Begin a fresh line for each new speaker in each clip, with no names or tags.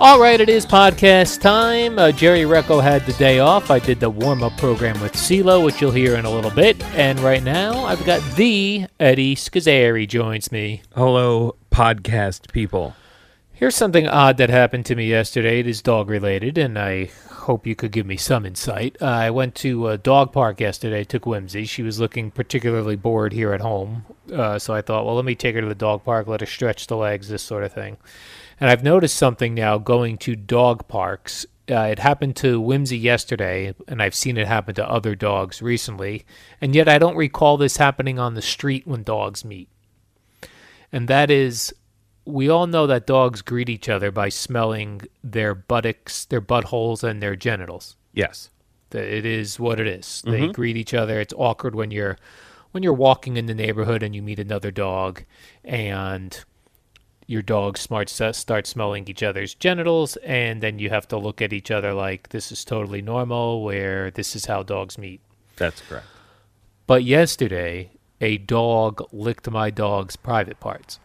All right, it is podcast time. Uh, Jerry Recco had the day off. I did the warm up program with CeeLo, which you'll hear in a little bit. And right now, I've got the Eddie Scazzeri joins me.
Hello, podcast people.
Here's something odd that happened to me yesterday. It is dog related, and I hope you could give me some insight. Uh, I went to a dog park yesterday, took Whimsy. She was looking particularly bored here at home. Uh, so I thought, well, let me take her to the dog park, let her stretch the legs, this sort of thing. And I've noticed something now going to dog parks. Uh, it happened to Whimsy yesterday, and I've seen it happen to other dogs recently. And yet I don't recall this happening on the street when dogs meet and that is we all know that dogs greet each other by smelling their buttocks, their buttholes, and their genitals.
Yes.
Th- It is what it is. They greet each other. It's awkward when you're when you're walking in the neighborhood and you meet another dog, and your dogs smart s- start smelling each other's genitals, and then you have to look at each other like this is totally normal, where this is how dogs meet.
That's correct.
But yesterday, a dog licked my dog's private parts.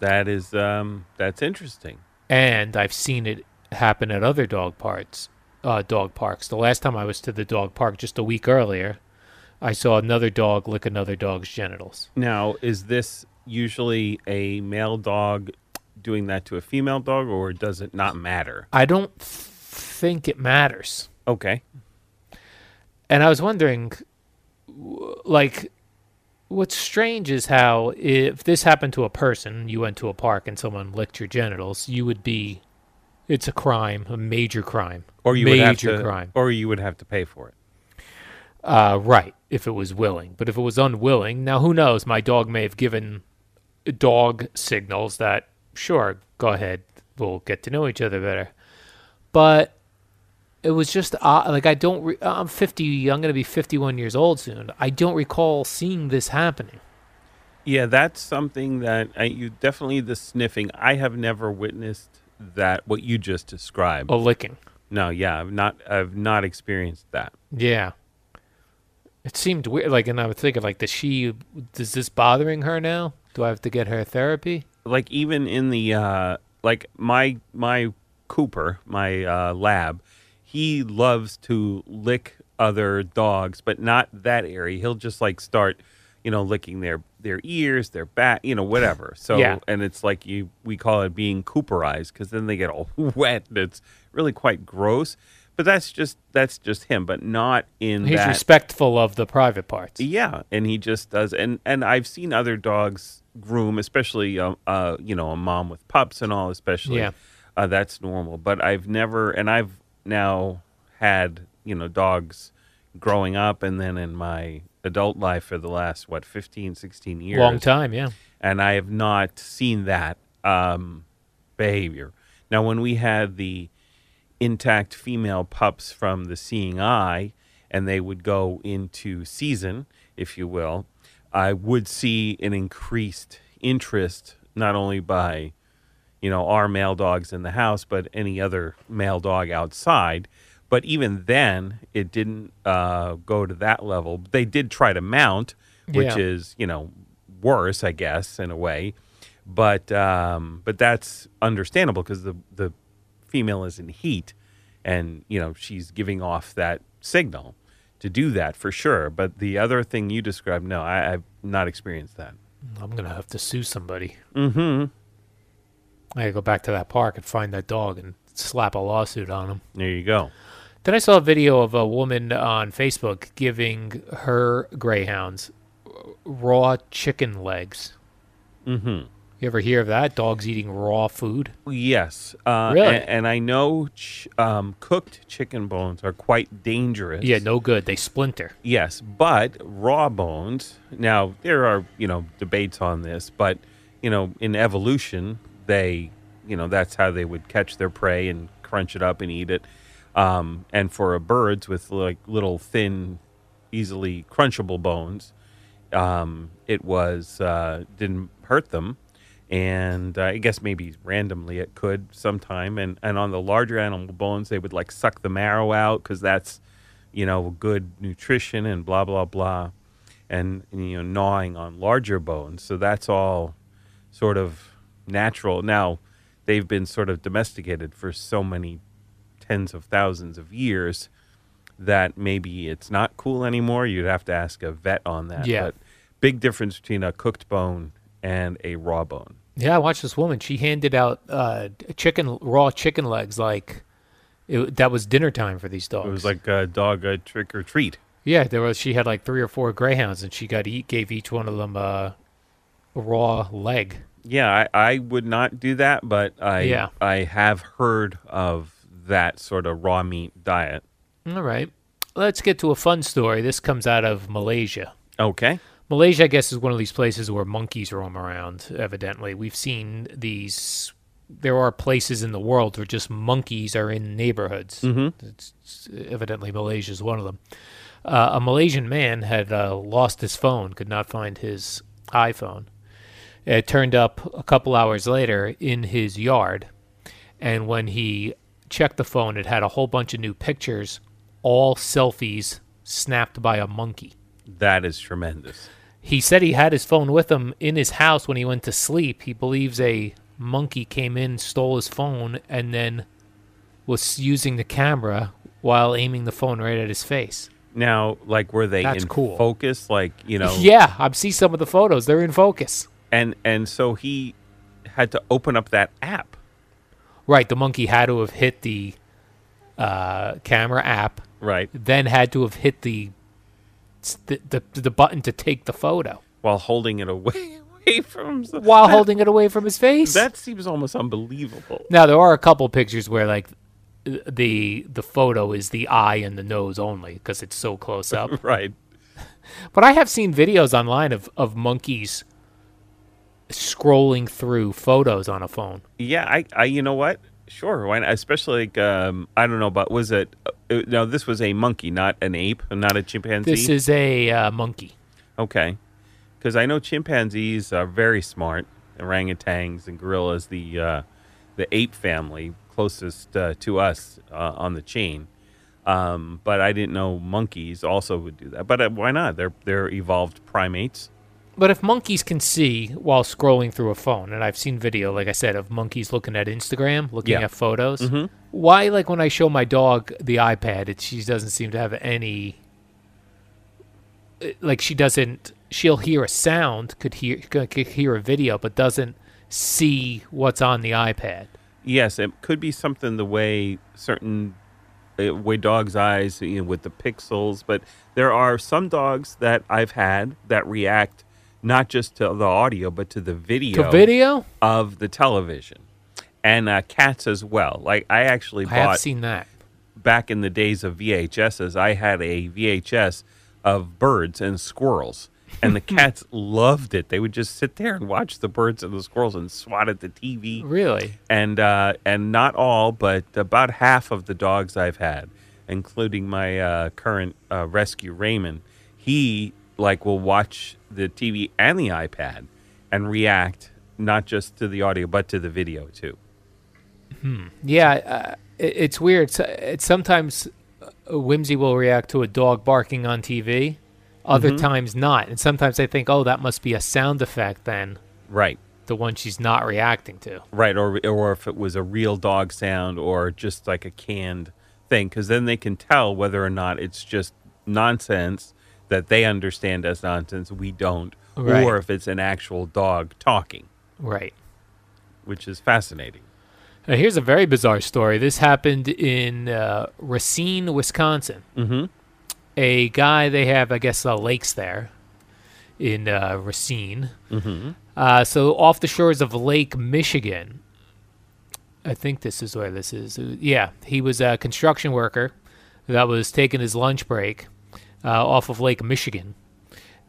That is um that's interesting.
and I've seen it happen at other dog parks. Uh, dog parks. The last time I was to the dog park, just a week earlier, I saw another dog lick another dog's genitals.
Now, is this usually a male dog doing that to a female dog or does it not matter?
I don't th- think it matters.
Okay.
And I was wondering, w- like, what's strange is how if this happened to a person, you went to a park and someone licked your genitals, you would be. It's a crime, a major crime,
Or you would have
major
to
crime.
or you would have to pay for it.
Uh, right, if it was willing. But if it was unwilling, now who knows? My dog may have given dog signals that, sure, go ahead, we'll get to know each other better. But it was just uh, like I don't. Re- I'm 50. I'm going to be 51 years old soon. I don't recall seeing this happening.
Yeah, that's something that I, you definitely the sniffing. I have never witnessed that what you just described.
A licking.
No, yeah, I've not I've not experienced that.
Yeah. It seemed weird. Like, and I was thinking, like, does she? Is this bothering her now? Do I have to get her therapy?
like even in the uh like my my cooper my uh lab he loves to lick other dogs but not that area he'll just like start you know licking their their ears their back you know whatever so
Yeah.
and it's like you we call it being cooperized because then they get all wet and it's really quite gross but that's just that's just him but not in
He's
that
respectful of the private parts.
yeah, and he just does, and and I've seen other dogs groom, especially um, uh, you know a mom with pups and all, especially
Yeah.
uh, that's normal. But I've never, and I've now had you know dogs growing up, and then in my adult life for the last what 15, 16 years,
Long time, yeah.
and I have not seen that um, behavior. Now, when we had the intact female pups from the seeing eye, and they would go into season, if you will, I would see an increased interest not only by you know our male dogs in the house but any other male dog outside but even then it didn't uh, go to that level they did try to mount which
Yeah.
is you know worse i guess in a way but um, but that's understandable because the the female is in heat and you know she's giving off that signal to do that for sure but the other thing you described no I, i've not experienced that
I'm gonna have to sue somebody. Mm-hmm. I gotta go back to that park and find that dog and slap a lawsuit on him.
there you go
Then I saw a video of a woman on Facebook giving her greyhounds raw chicken legs. Mm-hmm. You ever hear of that? Dogs eating raw food?
Yes. Uh,
Really?
And, and I know ch- um, cooked chicken bones are quite dangerous.
Yeah, no good. They splinter.
Yes, but raw bones. Now there are you know debates on this, but you know in evolution they you know that's how they would catch their prey and crunch it up and eat it. Um, and for a birds with like little thin, easily crunchable bones, um, it was uh, didn't hurt them, and uh, I guess maybe randomly it could sometime. And and on the larger animal bones, they would like suck the marrow out because that's you know good nutrition and blah blah blah, and you know gnawing on larger bones. So that's all sort of natural. Now they've been sort of domesticated for so many tens of thousands of years that maybe it's not cool anymore. You'd have to ask a vet on that.
Yeah.
But big difference between a cooked bone and a raw bone.
Yeah, I watched this woman. She handed out uh, chicken raw chicken legs like it, that was dinner time for these dogs.
It was like a dog a trick or treat.
yeah, there was. She had like three or four greyhounds, and she got eat gave each one of them uh, a raw leg.
Yeah, I, I would not do that, but I
Yeah.
I have heard of that sort of raw meat diet.
All right, let's get to a fun story. This comes out of Malaysia.
Okay.
Malaysia, I guess, is one of these places where monkeys roam around, evidently. We've seen these. There are places in the world where just monkeys are in neighborhoods. It's, it's- evidently, Malaysia is one of them. Uh, a Malaysian man had uh, lost his phone, could not find his iPhone. It turned up a couple hours later in his yard. And when he checked the phone, it had a whole bunch of new pictures, all selfies snapped by a monkey.
That is tremendous.
He said he had his phone with him in his house when he went to sleep. He believes a monkey came in, stole his phone, and then was using the camera while aiming the phone right at his face.
Now, like were they
That's
in
cool.
focus? Like, you know
Yeah, I see some of the photos. They're in focus.
and and so he had to open up that app.
Right, the monkey had to have hit the uh, camera app,
Right.
then had to have hit the the, the the button to take the photo
While holding it away away from himself.
while
That-
holding it away from his face.
that seems almost unbelievable.
Now there are a couple pictures where like th- the the photo is the eye and the nose only because it's so close up.
Right.
but I have seen videos online of of monkeys scrolling through photos on a phone.
Yeah, I, I you know what? Sure, why not? especially like um, I don't know, but was it? Uh, it- no, this was a monkey, not an ape, not a chimpanzee.
This is a uh, monkey.
okay, because I know chimpanzees are very smart. Orangutans and gorillas, the uh, the ape family closest uh, to us uh, on the chain. Um, but I didn't know monkeys also would do that. But uh, why not? They're they're evolved primates.
But if monkeys can see while scrolling through a phone, and I've seen video, like I said, of monkeys looking at Instagram, looking
Yeah.
at photos. Why, like when I show my dog the iPad, it, she doesn't seem to have any. it- Like she doesn't. She'll hear a sound, could hear could could hear a video, but doesn't see what's on the iPad.
Yes, it could be something the way certain uh, way dogs' eyes you know, with the pixels, but there are some dogs that I've had that react not just to the audio but to the video,
To video,
of the television, and uh, cats as well. Like I actually
I
bought
have seen that.
back in the days of VHSs, I had a VHS of birds and squirrels. And the cats loved it. They would just sit there and watch the birds and the squirrels and swat at the TV
Really?
and uh, and not all, but about half of the dogs I've had, including my uh, current uh, rescue Raymond, he like will watch the TV and the iPad, and react not just to the audio but to the video too.
Yeah, uh, it, it's weird. So- It's sometimes uh, Whimsy will react to a dog barking on TV, other times not. And sometimes I think, oh, that must be a sound effect then,
Right.
the one she's not reacting to.
Right, or or if it was a real dog sound or just like a canned thing, because then they can tell whether or not it's just nonsense that they understand as nonsense, we don't,
Right.
or if it's an actual dog talking,
Right.
which is fascinating.
Now, here's a very bizarre story. This happened in uh, Racine, Wisconsin. Mm-hmm. A guy, they have, I guess, uh, lakes there in uh, Racine. Mm-hmm. Uh, so off the shores of Lake Michigan, I think this is where this is. Uh, Yeah, he was a construction worker that was taking his lunch break uh, off of Lake Michigan,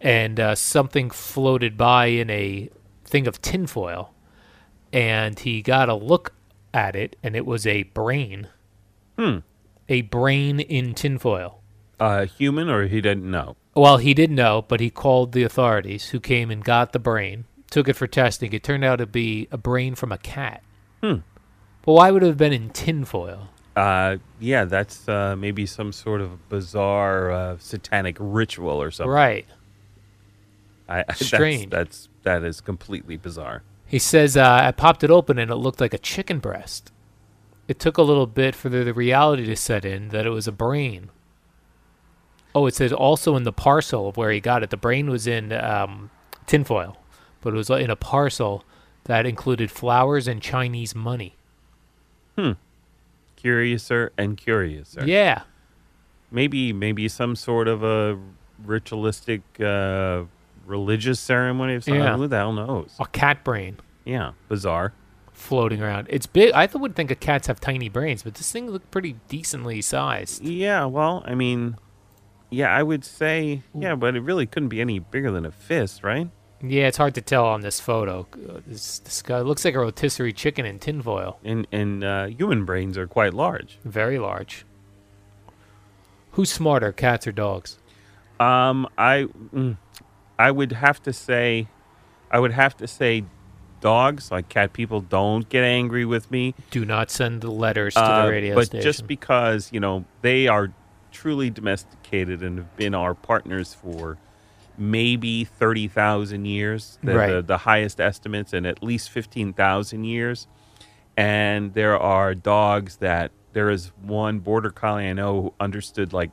and uh, something floated by in a thing of tinfoil and he got a look at it, and it was a brain. Hmm. A brain in tinfoil.
Uh, human, or he didn't know.
Well, he didn't know, but he called the authorities, who came and got the brain, took it for testing. It turned out to be a brain from a cat. Hmm. But why would it have been in tinfoil?
Uh, yeah, that's uh, maybe some sort of bizarre uh, satanic ritual or something.
Right.
I, that's-
Strange.
That's, that is completely bizarre.
He says, uh, I popped it open and it looked like a chicken breast. It took a little bit for the, the reality to set in that it was a brain. Oh, it says also in the parcel of where he got it, the brain was in um, tinfoil, but it was in a parcel that included flowers and Chinese money.
Curiouser er and curiouser.
Yeah.
maybe maybe some sort of a ritualistic uh, religious ceremony of some
Yeah.
who the hell knows
A cat brain
yeah bizarre
floating around. It's big. I th- would think of cats have tiny brains, but this thing looked pretty decently sized.
yeah well i mean yeah i would say yeah but it really couldn't be any bigger than a fist right
Yeah, it's hard to tell on this photo. Uh, This, this guy looks like a rotisserie chicken in tinfoil.
and and uh, human brains are quite large
Very large. Who's smarter, cats or dogs?
um i mm, i would have to say i would have to say dogs like cat people don't get angry with me
Do not send the letters to
Uh,
the radio
but
station.
just because you know they are truly domesticated and have been our partners for maybe thirty thousand years, the,
Right.
the, the highest estimates, and at least fifteen thousand years. And there are dogs that there is one border collie I know who understood like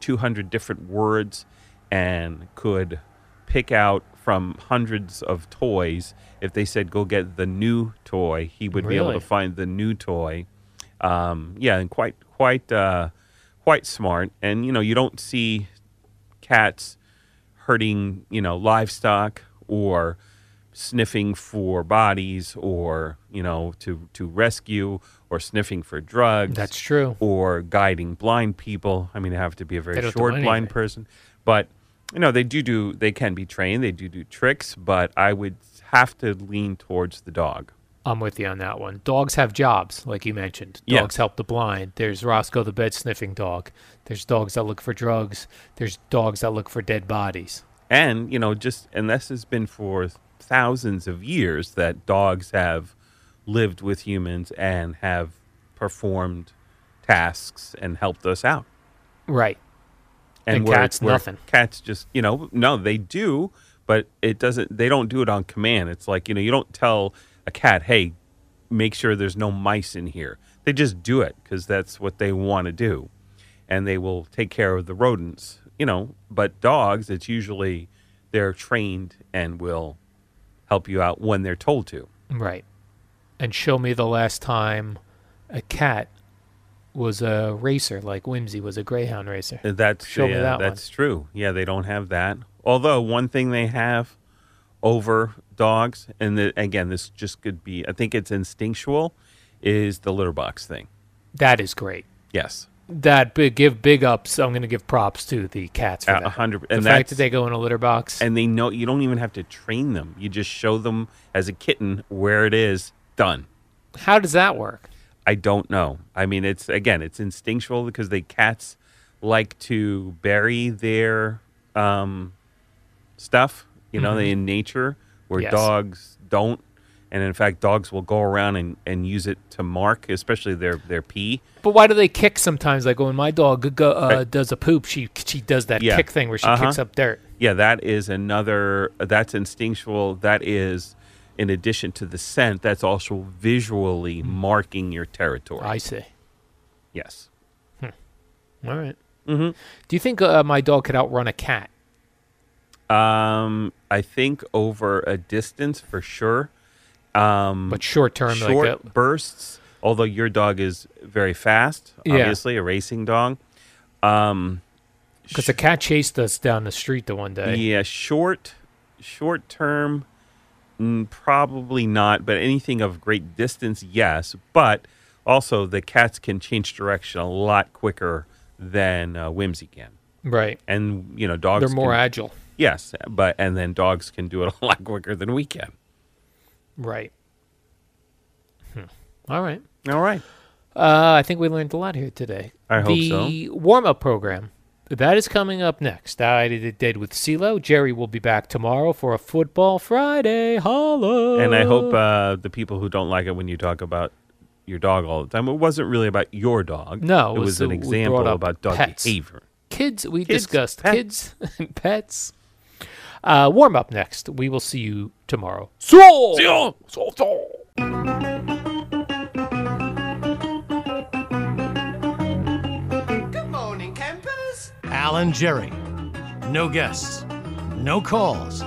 two hundred different words and could pick out from hundreds of toys if they said go get the new toy he would be able
Really?
to find the new toy um, yeah, and quite quite uh, quite smart. And you know, you don't see cats hurting you know livestock or sniffing for bodies or you know to to rescue or sniffing for drugs.
That's true.
Or guiding blind people. I mean, they have to be a
They
very
don't do
short blind
anything.
person, but you know they do do they can be trained. They do do tricks, but I would have to lean towards the dog.
I'm with you on that one. Dogs have jobs, like you mentioned.
Yeah.
Dogs help the blind. There's Roscoe the bed sniffing dog. There's dogs that look for drugs. There's dogs that look for dead bodies.
and you know just and this has been for thousands of years that dogs have lived with humans and have performed tasks and helped us out
Right. And
we're-
cats,
we're-
nothing.
cats just you know no they do but it doesn't they don't do it on command it's like you know you don't tell a cat hey make sure there's no mice in here they just do it because that's what they want to do and they will take care of the rodents you know but dogs it's usually they're trained and will help you out when they're told to
Right. And show me the last time a cat was a racer, like Whimsy was a greyhound racer.
Uh, That's
Show me
yeah,
that one.
that's true. Yeah, they don't have that. Although one thing they have over dogs, and the, again, this just could be, I think it's instinctual, is the litter box thing.
That is great.
Yes,
that big give big ups. I'm going to give props to the cats for
A- a
that.
hundred-
The
and
fact that
that's-
they go in a litter box.
and they know you don't even have to train them. You just show them as a kitten where it is. Done.
How does that work?
I don't know. I mean, it's again, it's instinctual because they cats like to bury their um, stuff. You know, they in nature where
Mm-hmm. Yes.
dogs don't. And in fact, dogs will go around and, and use it to mark, especially their, their pee.
But why do they kick sometimes? Like when my dog go, uh, does a poop, she she does that
Yeah.
kick thing where she
Uh-huh.
kicks up dirt.
Yeah, that is another. That's instinctual. That is, in addition to the scent, that's also visually marking your territory.
Mm-hmm. I see.
yes.
All Mm-hmm. Do you think uh, my dog could outrun a cat?
Um, I think over a distance for sure. Um,
But short term,
short
like uh, a,
bursts. Although your dog is very fast,
Yeah.
obviously a racing dog.
because a cat chased us down the street the one day.
Yeah, short, short term, mm, probably not. But anything of great distance, yes. But also, the cats can change direction a lot quicker than uh, Whimsy can,
Right.
and you know dogs.
They're more
can,
agile.
yes, but and then dogs can do it a lot quicker than we can.
Right. Hmm. All right.
All right.
Uh, I think we learned a lot here today.
I hope
the warm up program that is coming up next. I did it did with CeeLo. Jerry will be back tomorrow for a football Friday. Holla!
And I
Oh.
hope uh, the people who don't like it when you talk about your dog all the time, it wasn't really about your dog.
No,
it
it
was,
was
an
the- we brought
example
up
about dog
pets.
behavior.
kids we
Kids,
discussed
pets.
kids and pets uh, warm up next we will see you tomorrow so, so, so.
Alan Jerry. No guests, no calls,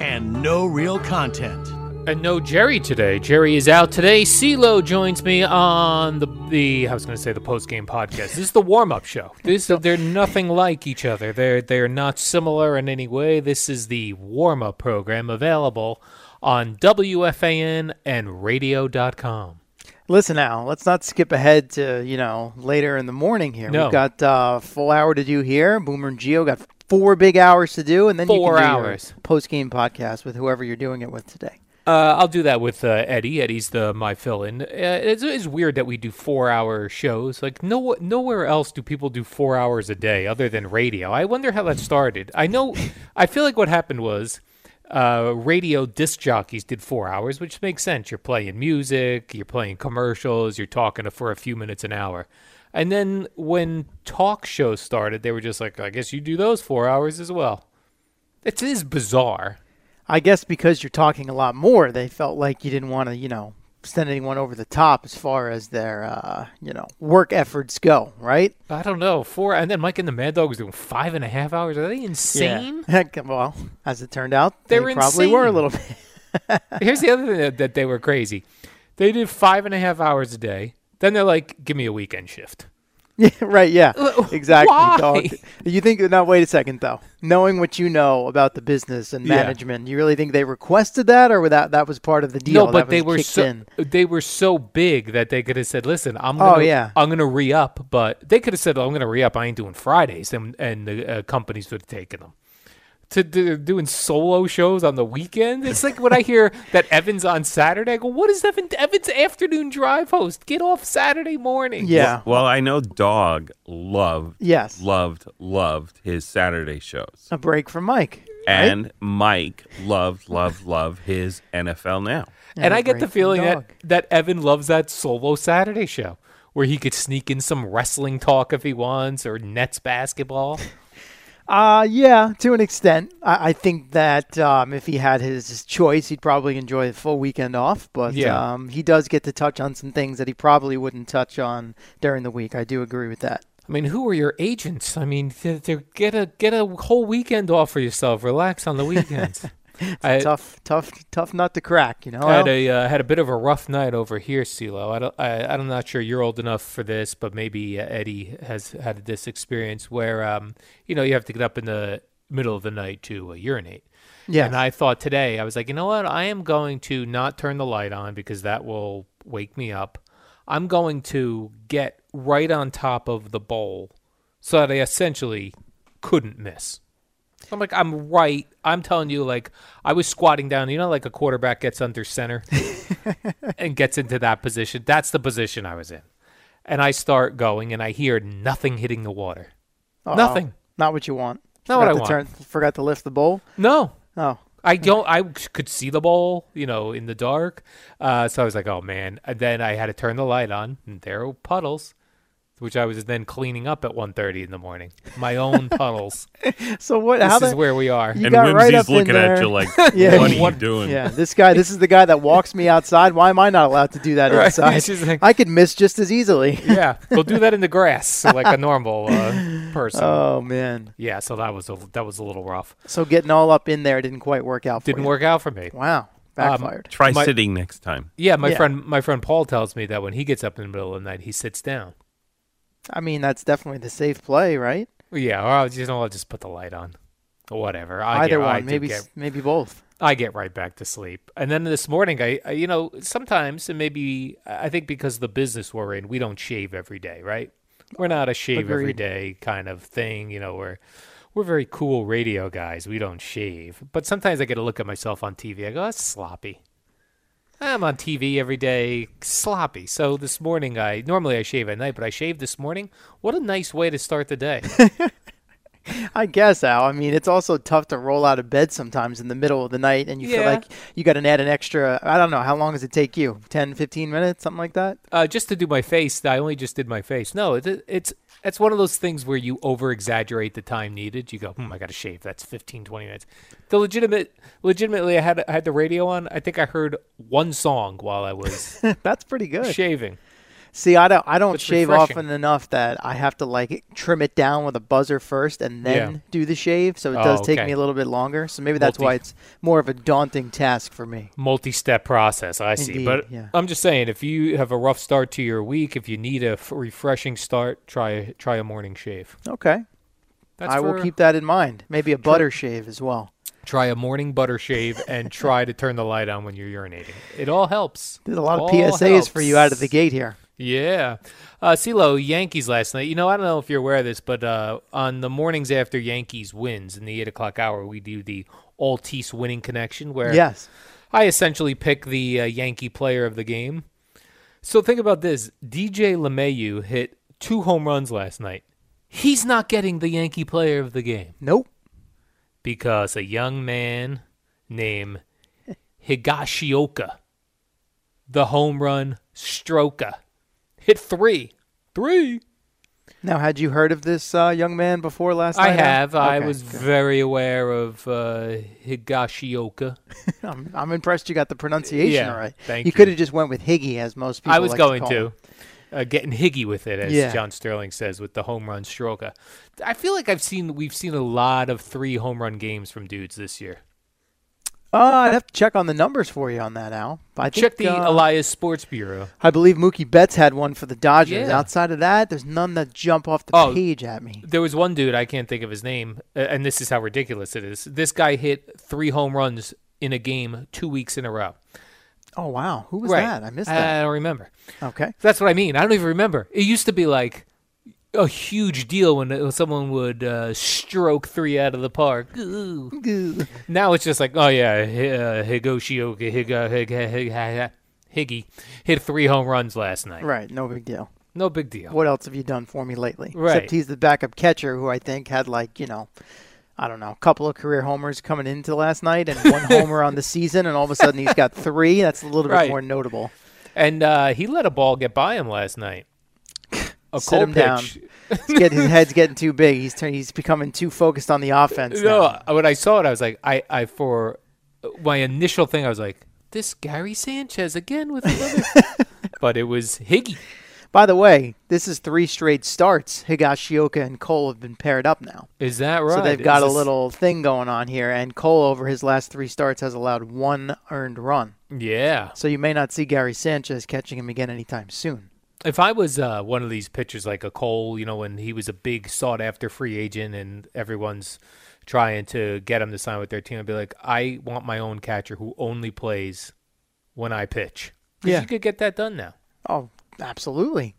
and no real content.
and no jerry today jerry is out today CeeLo joins me on the the i was going to say the post game podcast this is the warm up show this they're nothing like each other they're they're not similar in any way this is the warm up program available on wfan and radio.com
Listen, Al, let's not skip ahead to, you know, later in the morning here.
No.
We've got uh, full hour to do here. Boomer and Geo got four big hours to do, and then
Four
you can
hours.
do post game podcast with whoever you're doing it with today.
Uh, I'll do that with uh, Eddie. Eddie's the my fill-in. Uh, it's, it's weird that we do four-hour shows. Like no, nowhere else do people do four hours a day other than radio. I wonder how that started. I know. I feel like what happened was uh, radio disc jockeys did four hours, which makes sense. You're playing music, you're playing commercials, you're talking for a few minutes an hour. And then when talk shows started, they were just like, I guess you do those four hours as well. It is bizarre.
I guess because you're talking a lot more, they felt like you didn't want to, you know, send anyone over the top as far as their, uh, you know, work efforts go, right?
I don't know. Four, and then Mike and the Mad Dog was doing five and a half hours. Are they insane?
Yeah. well, as it turned out, they
They're
probably were a
insane.
little bit.
Here's the other thing that, that they were crazy. They did five and a half hours a day. Then they're like, "Give me a weekend shift."
Yeah, right, yeah. Exactly.
why?
dog. You think now wait a second though. Knowing what you know about the business and
Yeah.
management, you really think they requested that or that that was part of the deal?
no,
that
but they
was
were
kicked
so
in?
they were so big that they could have said, "Listen, I'm
Oh,
gonna,
yeah.
I'm gonna re up," but they could have said, "I'm gonna re up. I ain't doing Fridays," and and the uh, companies would have taken them. To do, doing solo shows on the weekend, it's like when I hear that Evans on Saturday. I go, "What is Evan, Evans afternoon drive host? Get off Saturday morning."
Yeah.
Well, I know Dog loved,
Yes.
loved, loved his Saturday shows,
A break from Mike.
and Mike loved, loved, loved his NFL Now.
And I get
great
the
for the
feeling that,
dog.
that Evan loves that solo Saturday show where he could sneak in some wrestling talk if he wants or Nets basketball.
Uh yeah, to an extent. I, I think that um, if he had his choice, he'd probably enjoy the full weekend off. But
Yeah.
um, he does get to touch on some things that he probably wouldn't touch on during the week. I do agree with that.
I mean, who are your agents? I mean, th- th- get a get a whole weekend off for yourself. Relax on the weekends. I,
tough, tough, tough nut to crack. You know,
I had
Al?
a uh, had a bit of a rough night over here, CeeLo. I don't, I, I'm not sure you're old enough for this, but maybe uh, Eddie has had this experience where, um, you know, you have to get up in the middle of the night to uh, urinate.
Yes.
And I thought today, I was like, you know what? I am going to not turn the light on because that will wake me up. I'm going to get right on top of the bowl so that I essentially couldn't miss. I'm like, I'm right. I'm telling you, like, I was squatting down. You know, like a quarterback gets under center and gets into that position. That's the position I was in. And I start going, and I hear nothing hitting the water.
Uh-oh.
Nothing.
Not what you want.
Not what
Forgot
I
to
want.
Turn, forgot to lift the bowl.
No.
Oh,
I don't. I could see the bowl, you know, in the dark. Uh, so I was like, oh man. And then I had to turn the light on, and there were puddles, which I was then cleaning up at 1.30 in the morning. My own puddles.
So what? how
this
the,
is where we are.
you
and
got
Whimsy's
right up in
looking at
there.
you like,
Yeah.
what are you
What-
doing?
Yeah, this guy. This is the guy that walks me outside. Why am I not allowed to do that
Right,
outside?
it's just like-
I could miss just as easily.
yeah, go do that in the grass like a normal uh, person.
Oh man!
yeah, so that was a, that was a little rough.
So getting all up in there didn't quite work out. For
Didn't
you.
work out for me.
Wow, backfired.
Try
My-
sitting next time.
Yeah, my
Yeah.
friend my friend Paul tells me that when he gets up in the middle of the night, he sits down. Um,
I mean, that's definitely the safe play, right?
Yeah, or I'll just, you know, I'll just put the light on. Or whatever. I
Either
get, I
one,
do
maybe
get-
s- maybe both.
I get right back to sleep. And then this morning, I, I you know, sometimes, and maybe I think because of the business we're in, we don't shave every day, right? We're not a shave every
Agreed.
day kind of thing. You know, we're we're very cool radio guys. We don't shave. But sometimes I get a look at myself on TV. I go, that's sloppy. I'm on TV every day, sloppy. So this morning, I normally I shave at night, but I shaved this morning. What a nice way to start the day.
I guess Al. I mean, it's also tough to roll out of bed sometimes in the middle of the night, and you feel
Yeah.
like you got to add an extra. I don't know how long does it take you? 10, 15 minutes, something like that.
uh, just to do my face. I only just did my face. No, it, it's it's one of those things where you over exaggerate the time needed. You go, hmm, I got to shave. That's 15, 20 minutes. The legitimate, legitimately, I had I had the radio on. I think I heard one song while I was
That's pretty good.
shaving.
See, I don't, I don't
It's
shave
refreshing.
often enough that I have to like trim it down with a buzzer first and then
Yeah.
do the shave. So it
Oh,
does take
okay.
me a little bit longer. So maybe that's why
Multi-
it's more of a daunting task for me.
multi-step process. I see,
Indeed,
but
yeah.
I'm just saying, if you have a rough start to your week, if you need a f- refreshing start, try try a morning shave.
Okay,
That's
I
for-
will keep that in mind. Maybe a butter shave as well.
try a morning butter shave and try to turn the light on when you're urinating. It all helps.
There's a lot of
All
PSAs for you out of the
helps.
gate here.
Yeah. Uh, CeeLo, Yankees last night. You know, I don't know if you're aware of this, but uh, on the mornings after Yankees wins in the 8 o'clock hour, we do the Altis winning connection where
Yes.
I essentially pick the uh, Yankee player of the game. So think about this DJ LeMayu hit two home runs last night. He's not getting the Yankee player of the game
Nope.
because a young man named Higashioka, the home run stroker, hit three. Three.
Now, had you heard of this uh, young man before last
I
night? Al?
have. I
Okay,
was
good.
very aware of uh, Higashioka.
I'm, I'm impressed you got the pronunciation
Yeah,
right.
thank
you
you.
could have just went with Higgy, as most people.
I was
like
going
call
to.
him.
Uh, getting higgy with it, as
Yeah.
John Sterling says, with the home run stroker. I feel like I've seen we've seen a lot of three home run games from dudes this year.
Uh, I'd have to check on the numbers for you on that, Al. I think,
Check the
uh,
Elias Sports Bureau.
I believe Mookie Betts had one for the Dodgers.
Yeah.
Outside of that, there's none that jump off the
Oh.
page at me.
There was one dude I can't think of his name, uh, and this is how ridiculous it is. This guy hit three home runs in a game two weeks in a row.
Oh wow, who was that? I missed
I
that.
don't remember.
Okay,
That's what I mean. I don't even remember. It used to be like a huge deal when uh, someone would uh, stroke three out of the park. Ooh. Now it's just like, oh yeah, Hi- uh, Higoshioka Higa, Higa, Higa, Higgy hit three home runs last night.
right, no big deal.
No big deal.
What else have you done for me lately?
Right.
Except he's the backup catcher, who I think had like you know, I don't know, a couple of career homers coming into last night and one homer on the season, and all of a sudden he's got three. That's a little bit
Right.
more notable.
And uh, he let a ball get by him last night. A
Sit
cold
him down.
pitch.
He's getting, his head's getting too big. He's turn, he's becoming too focused on the offense. now.
No, when I saw it, I was like, I, I for my initial thing, I was like, this Gary Sanchez again with another. but it was Higgy.
By the way, this is three straight starts. Higashioka and Cole have been paired up now.
Is that right?
So they've
Is
got a
this-
little thing going on here, and Cole over his last three starts has allowed one earned run.
Yeah.
So you may not see Gary Sanchez catching him again anytime soon.
If I was uh, one of these pitchers like a Cole, you know, when he was a big sought after free agent and everyone's trying to get him to sign with their team, I'd be like, I want my own catcher who only plays when I pitch. 'Cause
Yeah.
You could get that done now.
Oh, absolutely.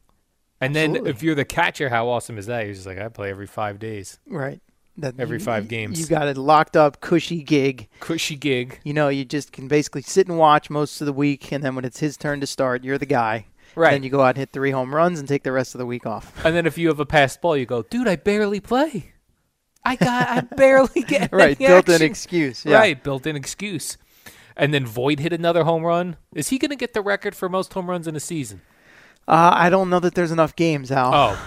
And then
Absolutely.
if you're the catcher, how awesome is that? You're just like, I play every five days,
Right. That
every
you-
five games.
You got a locked up, cushy gig.
cushy gig.
You know, you just can basically sit and watch most of the week, and then when it's his turn to start, you're the guy.
Right.
And then you go out and hit three home runs and take the rest of the week off.
And then if you have a passed ball, you go, dude, I barely play. I got I barely get
Right,
any
built-in
action.
excuse, yeah.
Right, built-in excuse. And then Void hit another home run. Is he going to get the record for most home runs in a season?
Uh, I don't know that there's enough games, Al.
Oh,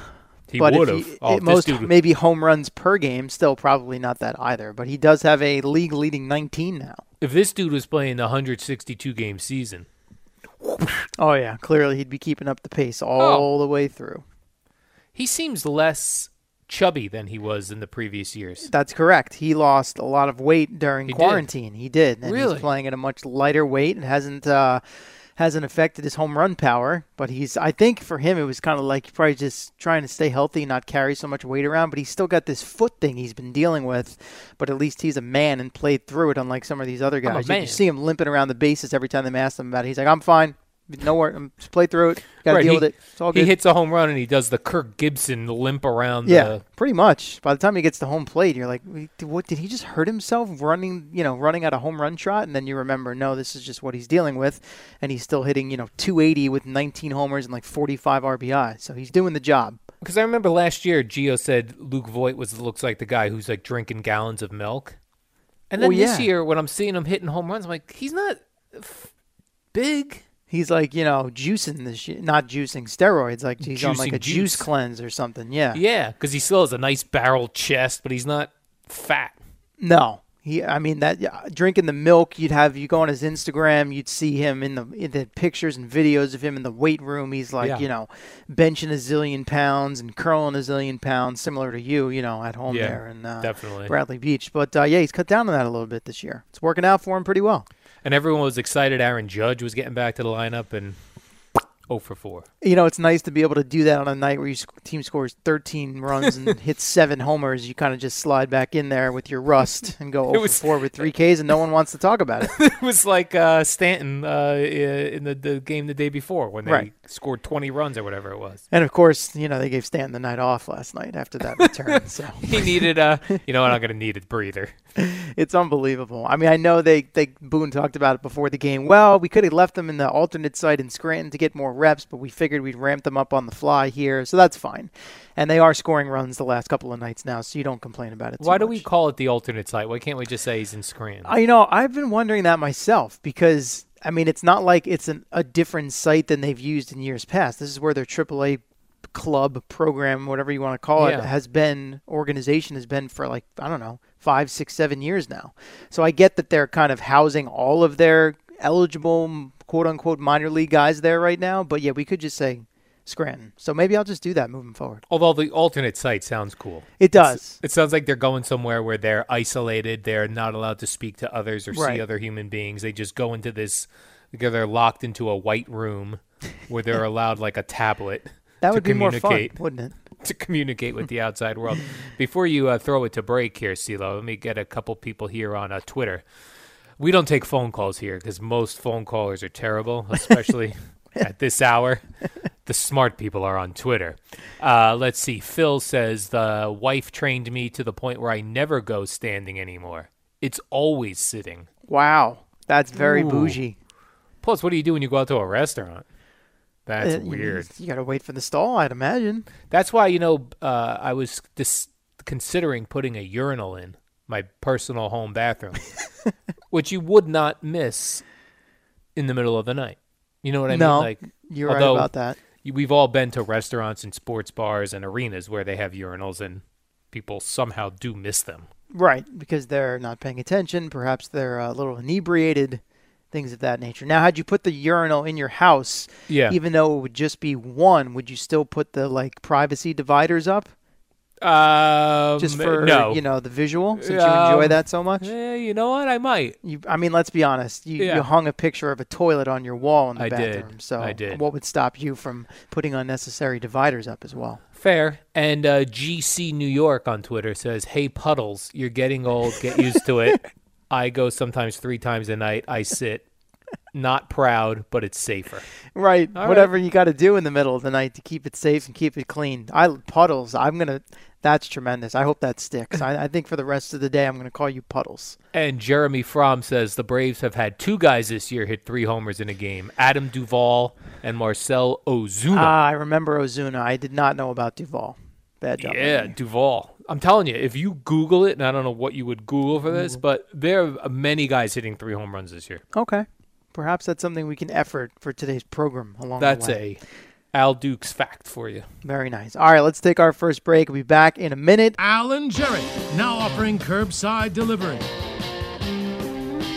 he
Ah, but if
would have.
he-
Oh,
at
this
most
dude-
maybe home runs per game. Still, probably not that either. But he does have a league leading 19 now.
if this dude was playing the 162 game season,
Oh yeah, clearly he'd be keeping up the pace all the way through.
he seems less chubby than he was in the previous years.
That's correct. He lost a lot of weight during
He did.
quarantine. He did. And
Really?
he's playing at a much lighter weight and hasn't uh, hasn't affected his home run power. But he's I think for him it was kind of like probably just trying to stay healthy, not carry so much weight around. But he's still got this foot thing he's been dealing with. But at least he's a man and played through it, unlike some of these other guys. You
man.
can see him limping around the bases every time they ask him about it. He's like, "I'm fine. No worry. I'm- Just play through it. Got to
Right,
deal
he,
with it. It's all
he
good."
hits a home run and he does the Kirk Gibson limp around.
Yeah,
the,
pretty much. By the time he gets to home plate, you're like, "Wait, did- what did he just hurt himself running? You know, running out a home run trot, and then you remember, no, this is just what he's dealing with, and he's still hitting, you know, 280 with 19 homers and like 45 RBI. So he's doing the job.
Because I remember last year, Gio said Luke Voigt was looks like the guy who's like drinking gallons of milk, and then
Well,
this
yeah.
year when I'm seeing him hitting home runs, I'm like, he's not f- big.
He's like, you know, juicing this, shit, not juicing steroids. Like he's on like
Juicing
a juice
juice.
cleanse or something. Yeah.
Yeah, because he still has a nice barrel chest, but he's not fat.
No. He, I mean that yeah, drinking the milk. You'd have you go on his Instagram. You'd see him in the in the pictures and videos of him in the weight room. He's like
Yeah.
you know, benching a zillion pounds and curling a zillion pounds, similar to you, you know, at home
Yeah,
there in uh,
definitely.
Bradley Beach. But uh, yeah, he's cut down on that a little bit this year. It's working out for him pretty well.
And everyone was excited. Aaron Judge was getting back to the lineup, and 0 for 4.
You know, it's nice to be able to do that on a night where your sc- team scores 13 runs and hits seven homers. You kind of just slide back in there with your rust and go over
was-
four with three Ks, and no one wants to talk about it.
it was like uh, Stanton uh, i- in the, the game the day before when they
Right.
scored 20 runs or whatever it was.
And of course, you know they gave Stanton the night off last night after that return. so
He needed a, you know, I'm not going to need a breather.
it's unbelievable. I mean, I know they they Boone talked about it before the game. Well, we could have left them in the alternate site in Scranton to get more reps, but we figured we'd ramp them up on the fly here, so that's fine. And they are scoring runs the last couple of nights now, so you don't complain about it. too
Why do we
much.
call it the alternate site? Why can't we just say he's in Scranton?
I- You know, I've been wondering that myself because I mean, it's not like it's an, a different site than they've used in years past. This is where their AAA club program, whatever you want to call it,
Yeah.
has been organization has been for like I don't know five, six, seven years now. So I get that they're kind of housing all of their eligible quote unquote minor league guys there right now. But yeah, we could just say Scranton. So maybe I'll just do that moving forward.
Although the alternate site sounds cool.
It does.
It sounds like they're going somewhere where they're isolated. They're not allowed to speak to others or
Right.
see other human beings. They just go into this, they're locked into a white room where they're allowed like a tablet.
That
to
would be more fun,
communicate.
wouldn't it?
to communicate with the outside world. Before you uh, throw it to break here, CeeLo, let me get a couple people here on uh, Twitter. We don't take phone calls here because most phone callers are terrible, especially at this hour. The smart people are on Twitter. Uh, let's see. Phil says the wife trained me to the point where I never go standing anymore. It's always sitting.
Wow, that's very bougie.
Plus, what do you do when you go out to a restaurant? That's
Uh, you-
weird.
You, gotta wait for the stall, I'd imagine.
That's why you know uh, I was dis- considering putting a urinal in my personal home bathroom, which you would not miss in the middle of the night. You know what I
no,
mean? Like
you're
although
right about that.
y- We've all been to restaurants and sports bars and arenas where they have urinals, and people somehow do miss them.
Right, because they're not paying attention. Perhaps they're uh, a little inebriated, things of that nature. Now, had you put the urinal in your house,
Yeah.
even though it would just be one, would you still put the like privacy dividers up
Um,
just for
no.
you know the visual? Since you enjoy
Um,
that so much.
Eh, you know what? I might.
You, I mean, let's be honest. You,
Yeah.
you hung a picture of a toilet on your wall in the
I did.
bathroom. So,
I did.
what would stop you from putting unnecessary dividers up as well?
Fair. And uh, GC New York on Twitter says, Hey, Puddles, you're getting old. Get used to it. I go sometimes three times a night. I sit. Not proud, but it's safer.
Right.
All
Whatever you got to do in the middle of the night to keep it safe and keep it clean. I puddles. I'm gonna. That's tremendous. I hope that sticks. I, I think for the rest of the day, I'm gonna call you puddles.
And Jeremy Fromm says the Braves have had two guys this year hit three homers in a game Adam Duvall and Marcel Ozuna.
Ah, I remember Ozuna. I did not know about Duval. Bad job.
yeah, Duvall. I'm telling you, if you Google it, and I don't know what you would Google for this, but there are many guys hitting three home runs this year.
Okay. Perhaps that's something we can effort for today's program along
That's
the way.
a Al Dukes fact for you.
Very nice. All right, let's take our first break. We'll be back in a minute.
Alan Jerry, now offering curbside delivery.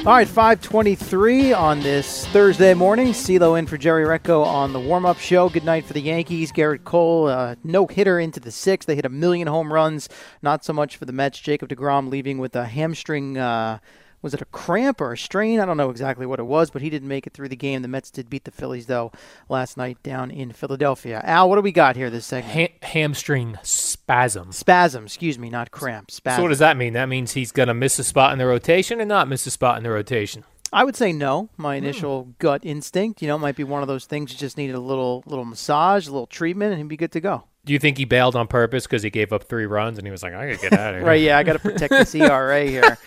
All right, 523 on this Thursday morning. CeeLo in for Jerry Recco on the warm up show. Good night for the Yankees. Garrett Cole, uh, no hitter into the sixth. They hit a million home runs. Not so much for the Mets. Jacob DeGrom leaving with a hamstring. Uh, was it a cramp or a strain? I don't know exactly what it was, but he didn't make it through the game. The Mets did beat the Phillies, though, last night down in Philadelphia. Al, what do we got here this segment?
Ha- hamstring spasm.
Spasm, excuse me, not cramp. Spasm.
So what does that mean? That means he's going to miss a spot in the rotation and not miss a spot in the rotation.
I would say no. My
Hmm.
initial gut instinct, you know, might be one of those things you just needed a little little massage, a little treatment, and he'd be good to go.
Do you think he bailed on purpose because he gave up three runs and he was like, I gotta get out of here.
Right, yeah, I gotta protect the CRA here.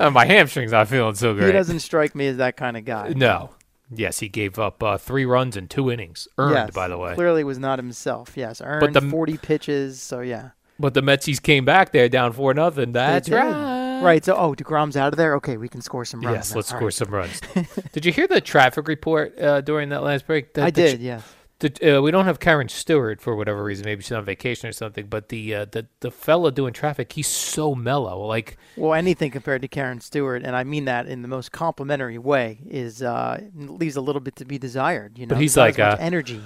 Uh, my hamstring's not feeling so
He
great.
doesn't strike me as that kind of guy.
No. Yes, he gave up uh, three runs and two innings earned,
Yes,
by the way.
Clearly was not himself, yes. Earned
the-
forty pitches, so yeah.
But the Metsies came back there down four nothing.
They
That's
did.
right.
Right, so oh DeGrom's out of there. Okay, we can score some runs.
Yes,
now.
let's
All
score
right.
some runs. did you hear the traffic report uh, during that last break? The-
I
the tr-
did, yes.
the- uh, we don't have Karen Stewart for whatever reason. Maybe she's on vacation or something. But the uh, the the fella doing traffic, he's so mellow. Like
Well, anything compared to Karen Stewart, and I mean that in the most complimentary way, is uh, leaves a little bit to be desired. You know,
But he's
There's not
like,
as much
uh,
energy.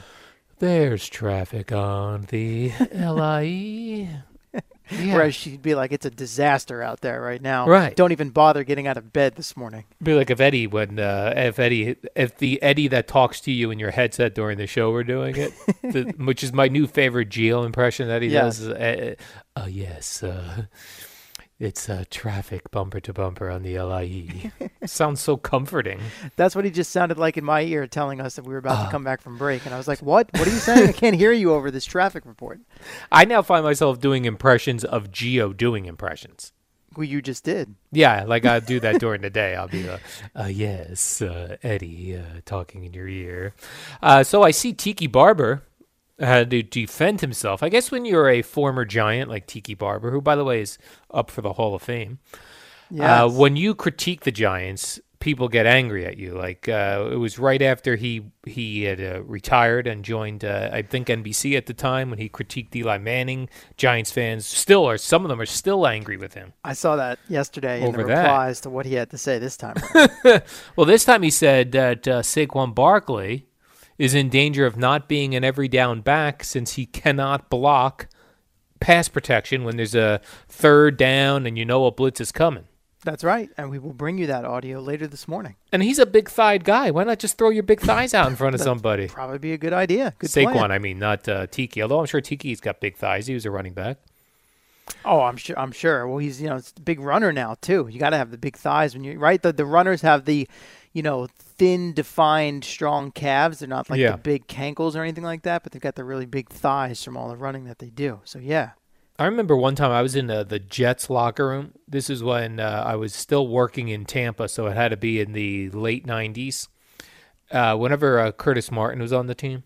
there's traffic on the LIE. Yeah.
Whereas she'd be like, it's a disaster out there right now.
Right.
Don't even bother getting out of bed this morning.
Be like if Eddie when uh, if Eddie if the Eddie that talks to you in your headset during the show we're doing it, the, which is my new favorite Geo impression that he does. is,
Yes.
Uh, uh, oh yes, uh, it's uh, traffic bumper to bumper on the LIE. Sounds so comforting.
That's what he just sounded like in my ear telling us that we were about
Ah.
to come back from break. And I was like, what? What are you saying? I can't hear you over this traffic report.
I now find myself doing impressions of Geo doing impressions.
Well, you just did.
Yeah, like I do that during the day. I'll be like, uh, yes, uh, Eddie, uh, talking in your ear. Uh, so I see Tiki Barber had to defend himself. I guess when you're a former giant like Tiki Barber, who, by the way, is up for the Hall of Fame,
Yeah.
uh, when you critique the Giants, people get angry at you. Like uh, it was right after he he had uh, retired and joined, uh, I think NBC at the time when he critiqued Eli Manning. Giants fans still are some of them are still angry with him.
I saw that yesterday in the
Over that.
replies to what he had to say this time.
Well, this time he said that uh, Saquon Barkley is in danger of not being an every down back since he cannot block pass protection when there's a third down and you know a blitz is coming.
That's right. And we will bring you that audio later this morning.
And he's a big thighed guy. Why not just throw your big thighs out in front of somebody?
Probably be a good idea. Good
Saquon,
plan.
I mean, not uh, Tiki. Although I'm sure Tiki's got big thighs. He was a running back.
Oh, I'm sure. I'm sure. Well, he's you know it's a big runner now too. You got to have the big thighs when you right. The the runners have the, you know, thin, defined, strong calves. They're not like
Yeah.
the big cankles or anything like that, but they've got the really big thighs from all the running that they do. So yeah,
I remember one time I was in uh, the, the Jets locker room. This is when uh, I was still working in Tampa, so it had to be in the late 90s. Uh, whenever uh, Curtis Martin was on the team,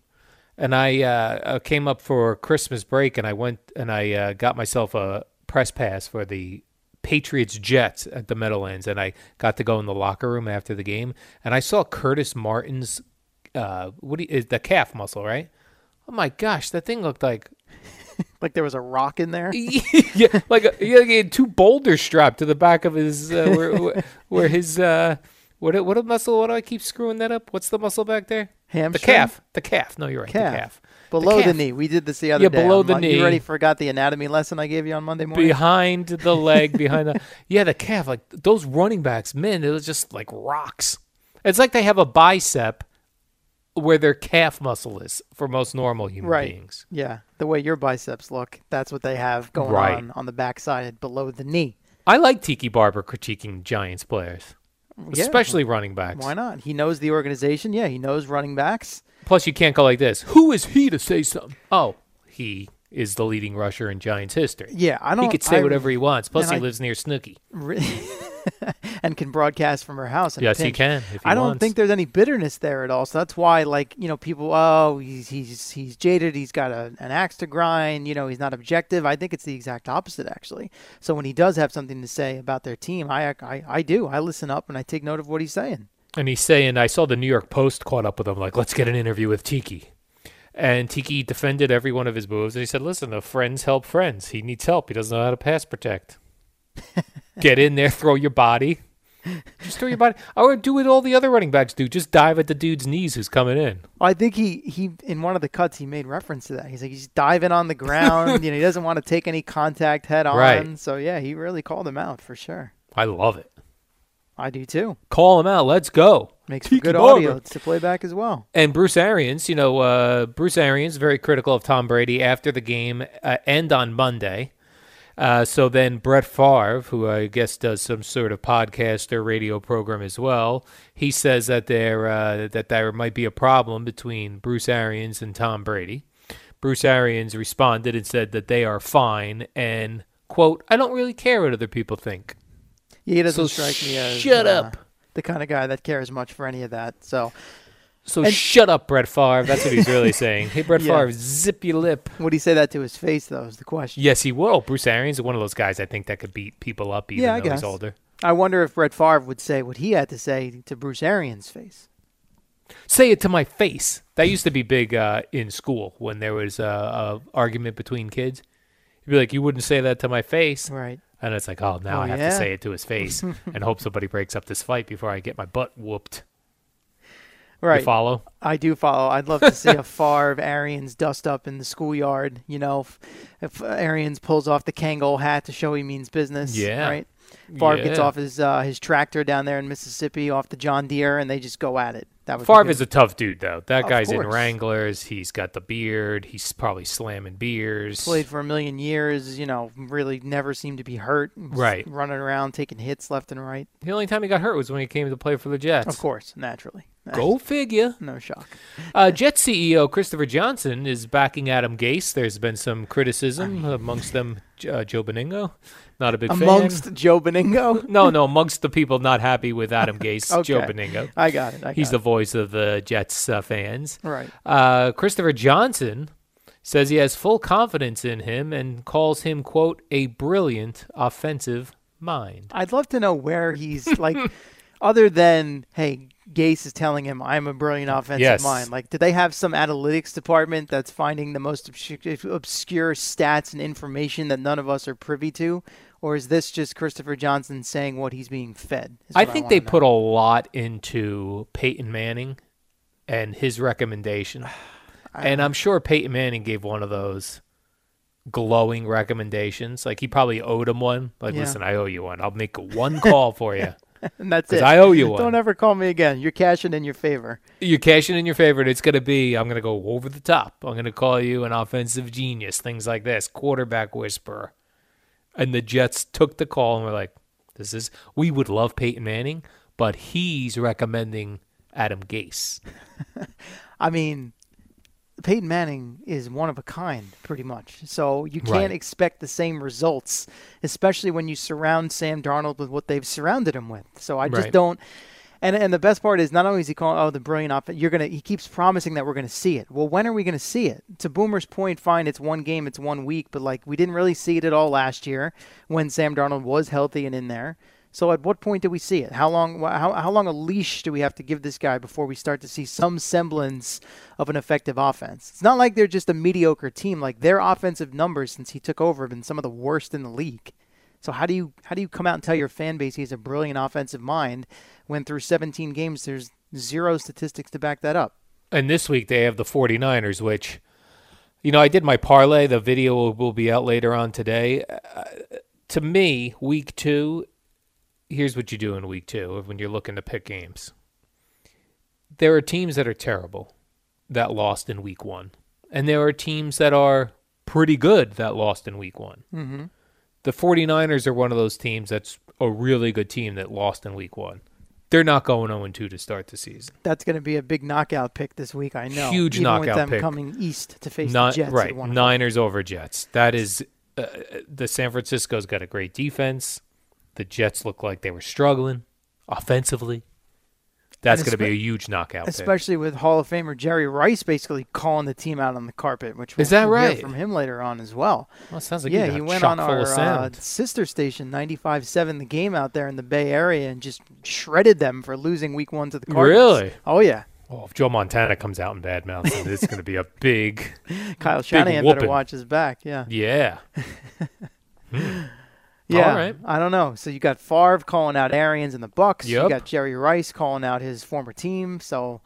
and I uh, uh, came up for Christmas break, and I went and I uh, got myself a press pass for the Patriots Jets at the Meadowlands, and I got to go in the locker room after the game, and I saw Curtis Martin's uh, what do you, is the calf muscle, right? Oh my gosh, that thing looked like
like there was a rock in there.
yeah, like uh, yeah, he had two boulders strapped to the back of his uh, where, where, where his uh, what what a muscle? What do I keep screwing that up? What's the muscle back there? The
Hamstring?
calf. The calf. No, you're right.
Calf.
The calf. The
Below the
calf.
knee. We did this the other
Yeah,
day.
below
I'm
the
like, You already
knee.
forgot the anatomy lesson I gave you on Monday morning.
Behind the leg, behind the yeah, the calf. Like those running backs, man, it was just like rocks. It's like they have a bicep where their calf muscle is for most normal human
right.
beings.
Yeah, the way your biceps look, that's what they have going
Right.
on on the backside below the knee.
I like Tiki Barber critiquing Giants players,
Yeah.
especially running backs.
Why not? He knows the organization. Yeah, he knows running backs.
Plus, you can't go like this. Who is he to say something? Oh, he is the leading rusher in Giants history.
Yeah, I don't.
He could say
I-
whatever he wants. Plus,
and
he
I-
lives near Snooky.
Re- and can broadcast from her house. in a
Yes, he
pinch.
can, if he
I don't
wants.
think there's any bitterness there at all. So that's why, like, you know, people, oh, he's he's he's jaded. He's got a, an axe to grind. You know, he's not objective. I think it's the exact opposite, actually. So when he does have something to say about their team, I I, I do. I listen up and I take note of what he's saying.
And he's saying, I saw the New York Post caught up with him, like, let's get an interview with Tiki. And Tiki defended every one of his moves. And he said, listen, the friends help friends. He needs help. He doesn't know how to pass protect. get in there, throw your body. Just throw your body. I would do what all the other running backs do. Just dive at the dude's knees who's coming in.
I think he, he in one of the cuts he made reference to that. He's like he's diving on the ground. you know, he doesn't want to take any contact head on.
Right.
So yeah, he really called him out for sure.
I love it.
I do too.
Call him out. Let's go.
Makes for
Tiki
good
Barber.
audio to play back as well.
And Bruce Arians, you know, uh, Bruce Arians very critical of Tom Brady after the game uh, end on Monday. Uh, so then Brett Favre, who I guess does some sort of podcast or radio program as well, he says that there uh, that there might be a problem between Bruce Arians and Tom Brady. Bruce Arians responded and said that they are fine and quote, "I don't really care what other people think."
Yeah, he doesn't
So
strike me as
shut
uh,
up.
the kind of guy that cares much for any of that. So
So shut up, Brett Favre. That's what he's really saying. Hey, Brett
Yeah.
Favre, zip your lip.
would he say that to his face though? Is the question.
Yes, he will. Bruce Arians is one of those guys I think that could beat people up even
Yeah, I
though
guess.
he's older.
I wonder if Brett Favre would say what he had to say to Bruce Arians' face.
Say it to my face. That used to be big uh, in school when there was uh, a argument between kids. You'd be like, "You wouldn't say that to my face,"
Right.
and it's like, "Oh, now
Oh,
I have
yeah.
to say it to his face and hope somebody breaks up this fight before I get my butt whooped."
Right.
You follow?
I do follow. I'd love to see a Favre Arians dust up in the schoolyard. You know, if, if Arians pulls off the Kangol hat to show he means business.
Yeah.
Right. Favre gets
Yeah.
off his uh, his tractor down there in Mississippi off the John Deere, and they just go at it. That would be
Favre
good.
is a tough dude, though. That
Of
guy's in
course.
Wranglers. He's got the beard. He's probably slamming beers.
played for a million years. You know, really never seemed to be hurt. was
Right.
Running around taking hits left and right.
The only time he got hurt was when he came to play for the Jets.
Of course, naturally.
Go figure.
No shock.
Uh, Jet CEO Christopher Johnson is backing Adam Gase. There's been some criticism amongst them, J- uh, Joe Beningo. Not a big
Amongst
fan.
Joe Beningo.
No, no, amongst the people not happy with Adam Gase, Joe
Okay.
Beningo.
I got it. I got
He's the
it.
voice of the Jets uh, fans.
Right.
Uh, Christopher Johnson says he has full confidence in him and calls him, quote, a brilliant offensive mind.
I'd love to know where he's like, other than hey, Gase is telling him I'm a brilliant offensive
Yes.
mind. Like, do they have some analytics department that's finding the most obscure, obscure stats and information that none of us are privy to, or is this just Christopher Johnson saying what he's being fed? is
I
what
think
wanna
they
know.
put a lot into Peyton Manning and his recommendation. and I'm sure Peyton Manning gave one of those glowing recommendations. Like he probably owed him one. Like,
Yeah.
listen, I owe you one. I'll make one call for you.
and that's
'cause
it.
I owe you one.
Don't ever call me again. You're cashing in your favor.
You're cashing in your favorite. It's going to be, I'm going to go over the top. I'm going to call you an offensive genius, things like this, quarterback whisperer. And the Jets took the call and were like, this is, we would love Peyton Manning, but he's recommending Adam Gase.
I mean, Peyton Manning is one of a kind, pretty much. So you can't
Right.
expect the same results, especially when you surround Sam Darnold with what they've surrounded him with. So I just
Right.
don't. And and the best part is not only is he calling oh the brilliant offense you're gonna he keeps promising that we're gonna see it. Well, when are we gonna see it? To Boomer's point, fine, it's one game, it's one week, but like we didn't really see it at all last year when Sam Darnold was healthy and in there. So at what point do we see it? How long wh- how, how long a leash do we have to give this guy before we start to see some semblance of an effective offense? It's not like they're just a mediocre team. Like their offensive numbers since he took over have been some of the worst in the league. So how do you how do you come out and tell your fan base he's a brilliant offensive mind when through 17 games there's zero statistics to back that up?
And this week they have the 49ers, which, you know, I did my parlay. The video will, will be out later on today. Uh, to me, week two, here's what you do in week two when you're looking to pick games. There are teams that are terrible that lost in week one, and there are teams that are pretty good that lost in week one. Mm-hmm. The 49ers are one of those teams that's a really good team that lost in week one. They're not going 0 2 to start the season.
That's going to be a big knockout pick this week. I know.
Huge
Even with
knockout
them
pick.
coming east to face
Ni-
the Jets.
right,
At one
uh, Niners over Jets. That is uh, the San Francisco's got a great defense. The Jets looked like they were struggling offensively. That's
And
going to be
espe-
a huge knockout. pick.
especially with Hall of Famer Jerry Rice basically calling the team out on the carpet, which we'll
Is that
we'll hear
right?
from him later on as well.
Well, it sounds like
yeah,
you got
he went
chock
on
full
our
of
uh,
sound.
sister station 95.7 The Game out there in the Bay Area and just shredded them for losing Week One to the Cardinals.
Really?
Oh yeah,
oh, if Joe Montana comes out in bad mouths, it's going to be a big
Kyle Shanahan better
whooping.
watch his back. Yeah.
yeah.
Yeah,
All right.
I don't know. So you got Favre calling out Arians and the Bucks. You
Yep.
got Jerry Rice calling out his former team. So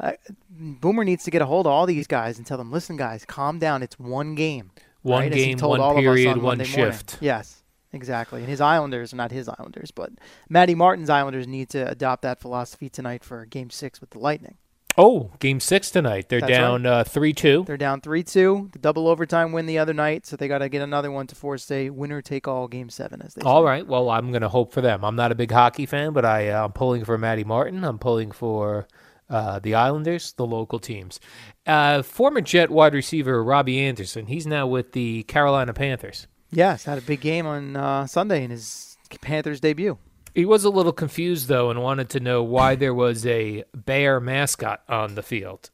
uh, Boomer needs to get a hold of all these guys and tell them, listen, guys, calm down. It's one game.
One
right? As he
game,
told
one
all of us
period,
on
one
Monday morning.
shift.
Yes, exactly. And his Islanders are not his Islanders, but Matty Martin's Islanders need to adopt that philosophy tonight for Game Six with the Lightning.
Oh, game six tonight. They're
That's
down uh, three two.
They're down three-two. The double overtime win the other night, so they got to get another one to force a winner-take-all Game Seven, as they say.
All right. Well, I'm going to hope for them. I'm not a big hockey fan, but I, uh, I'm pulling for Matty Martin. I'm pulling for uh, the Islanders, the local teams. Uh, former Jet wide receiver Robbie Anderson. He's now with the Carolina Panthers.
Yes, had a big game on uh, Sunday in his Panthers debut.
He was a little confused though, and wanted to know why there was a bear mascot on the field.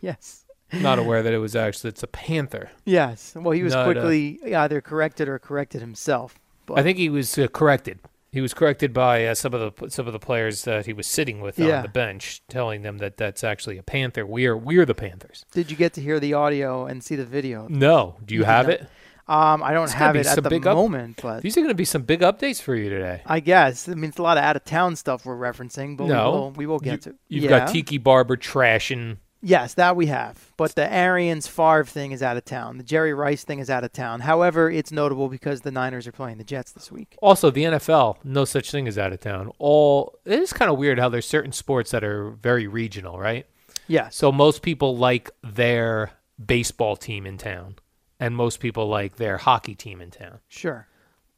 Yes.
Not aware that it was actually it's a panther.
Yes. Well, he was
No, no.
quickly either corrected or corrected himself. But
I think he was uh, corrected. He was corrected by uh, some of the some of the players that he was sitting with
Yeah.
on the bench, telling them that that's actually a panther. We are we're the Panthers.
did you get to hear the audio and see the video?
No, do you have it?
Um, I don't
It's gonna
have
be
it at
some
the
big up-
moment, but
These are going to be some big updates for you today.
I guess I mean it's a lot of out of town stuff we're referencing, but
No.
we will we will
You,
get to.
you've
yeah.
got Tiki Barber trashing.
Yes, that we have. But the Arians Favre thing is out of town. The Jerry Rice thing is out of town. However, it's notable because the Niners are playing the Jets this week.
Also, the NFL, no such thing as out of town. All it is kind of weird how there's certain sports that are very regional, right?
Yes.
So most people like their baseball team in town, and most people like their hockey team in town.
Sure.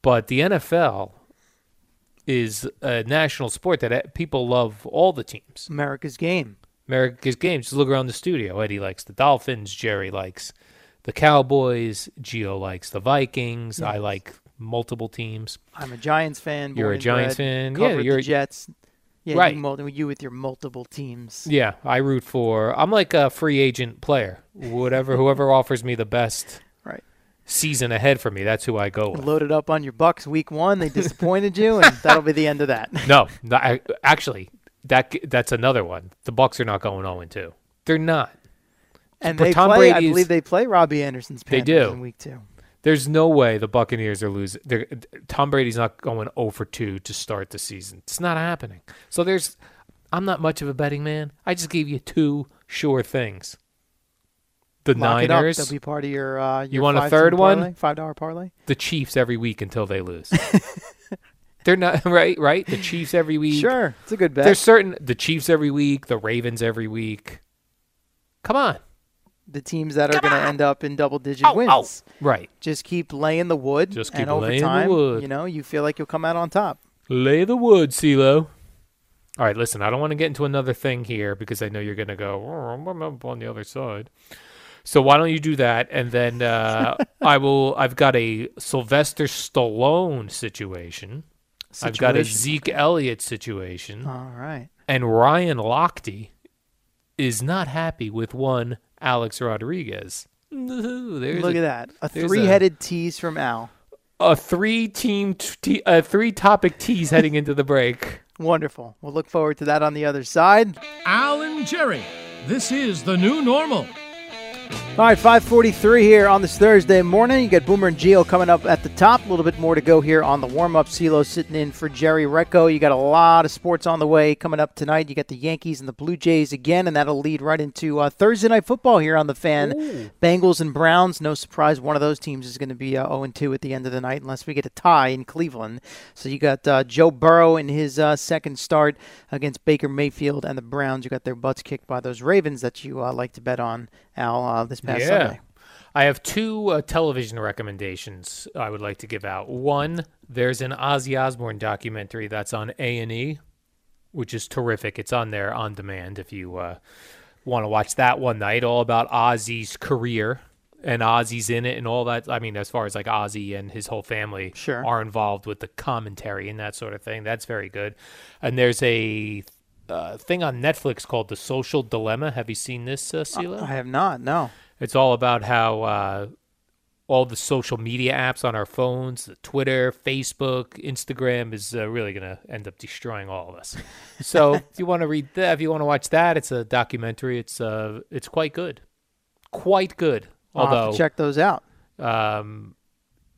but the NFL is a national sport that uh, people love all the teams.
America's game.
America's games. Just look around the studio. Eddie likes the Dolphins. Jerry likes the Cowboys. Geo likes the Vikings. I like multiple teams.
I'm a Giants fan.
You're a
born and
Giants
bred,
fan. Yeah,
Covered
you're-
the Jets. Yeah,
Right.
You, mul- you with your multiple teams.
Yeah, I root for. I'm like a free agent player. Whatever, whoever offers me the best
Right.
season ahead for me, that's who I go with.
Loaded up on your Bucks week one. They disappointed you, and that'll be the end of that.
No, no I, actually, that that's another one. The Bucks are not going 0 2. They're not.
And
But
they
Tom
play. I
Brady is-
believe they play Robbie Anderson's
They
Panthers
do.
in week two.
There's no way the Buccaneers are losing. They're, Tom Brady's not going 0 for 2 to start the season. It's not happening. So there's, I'm not much of a betting man. I just gave you two sure things. The
Lock it up.
Niners,
That'll be part of your. Uh, your
want a
five-team
third one?
parlay, Five dollar parlay.
the Chiefs every week until they lose. They're not right, right? The Chiefs every week.
Sure, it's a good bet.
There's certain the Chiefs every week, the Ravens every week. Come on.
the teams that are going to end up in double digit wins.
Right.
Just keep laying the wood.
Just keep
and over
laying the
time,
wood.
You know, you feel like you'll come out on top.
Lay the wood, CeeLo. All right, listen, I don't want to get into another thing here because I know you're going to go "Oh, I'm up on the other side. So why don't you do that and then uh, I will I've got a Sylvester Stallone situation. I've got a
Situation.
Zeke Elliott situation
All right.
and Ryan Lochte is not happy with one Alex Rodriguez. Ooh, there's
Look
a,
at that. A
there's a-
three headed tease from Al.
a three team t- t- a three topic tease heading into the break.
Wonderful. We'll look forward to that on the other side.
Al and Jerry, this is the new normal.
All right, 543 here on this Thursday morning. You got Boomer and Geo coming up at the top. A little bit more to go here on the warm up. CeeLo sitting in for Jerry Recco. You got a lot of sports on the way coming up tonight. You got the Yankees and the Blue Jays again, and that'll lead right into uh, Thursday Night Football here on the fan. Bengals and Browns. No surprise, one of those teams is going to be uh, 0 2 at the end of the night unless we get a tie in Cleveland. So you got uh, Joe Burrow in his uh, second start against Baker Mayfield and the Browns. You got their butts kicked by those Ravens that you uh, like to bet on, Al, uh, this past Sunday.
I have two uh, television recommendations I would like to give out. One, there's an Ozzy Osbourne documentary that's on A and E, which is terrific. It's on there on demand if you uh, want to watch that one night, all about Ozzy's career. and Ozzy's in it and all that. I mean, as far as like Ozzy and his whole family
Sure.
are involved with the commentary and that sort of thing, that's very good. And there's a uh, thing on Netflix called The Social Dilemma. Have you seen this, uh, Sila?
I have not. No.
It's all about how uh, all the social media apps on our phones, the Twitter, Facebook, Instagram, is uh, really going to end up destroying all of us. So, if you want to read that, if you want to watch that, it's a documentary. It's uh, it's quite good, quite good.
I'll have
Although,
to check those out.
um,